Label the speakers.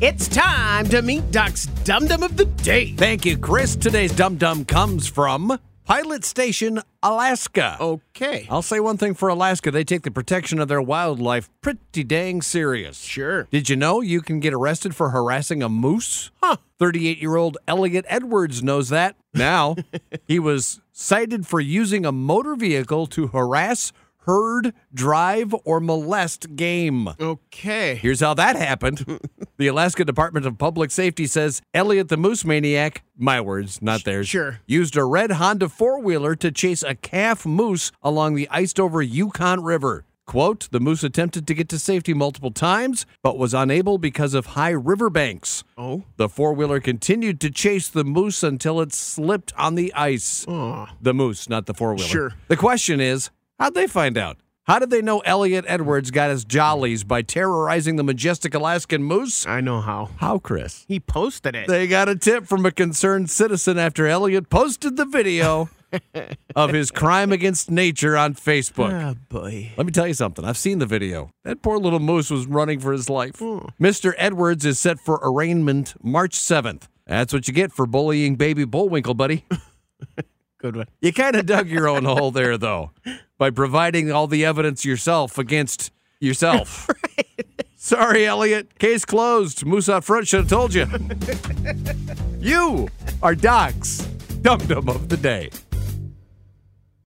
Speaker 1: It's time to meet Doc's Dum Dum of the Day.
Speaker 2: Thank you, Chris. Today's dum dum comes from Pilot Station, Alaska.
Speaker 1: Oh. Okay.
Speaker 2: I'll say one thing for Alaska they take the protection of their wildlife pretty dang serious.
Speaker 1: Sure.
Speaker 2: Did you know you can get arrested for harassing a moose? Huh. 38 year old Elliot Edwards knows that now. he was cited for using a motor vehicle to harass, herd, drive, or molest game.
Speaker 1: Okay.
Speaker 2: Here's how that happened. the Alaska Department of Public Safety says Elliot the Moose Maniac, my words, not theirs,
Speaker 1: sure.
Speaker 2: used a red Honda four wheeler to chase a calf moose along the iced over Yukon River. Quote, the moose attempted to get to safety multiple times, but was unable because of high riverbanks.
Speaker 1: Oh.
Speaker 2: The four wheeler continued to chase the moose until it slipped on the ice. The moose, not the four wheeler.
Speaker 1: Sure.
Speaker 2: The question is, how'd they find out? How did they know Elliot Edwards got his jollies by terrorizing the majestic Alaskan moose?
Speaker 1: I know how.
Speaker 2: How, Chris?
Speaker 1: He posted it.
Speaker 2: They got a tip from a concerned citizen after Elliot posted the video of his crime against nature on Facebook.
Speaker 1: Ah, boy.
Speaker 2: Let me tell you something. I've seen the video. That poor little moose was running for his life. Mr. Edwards is set for arraignment March 7th. That's what you get for bullying baby Bullwinkle, buddy.
Speaker 1: Good one.
Speaker 2: You kind of dug your own hole there, though, by providing all the evidence yourself against yourself. Sorry, Elliot. Case closed. Moose out front should have told you. you are Doc's dum dum of the day.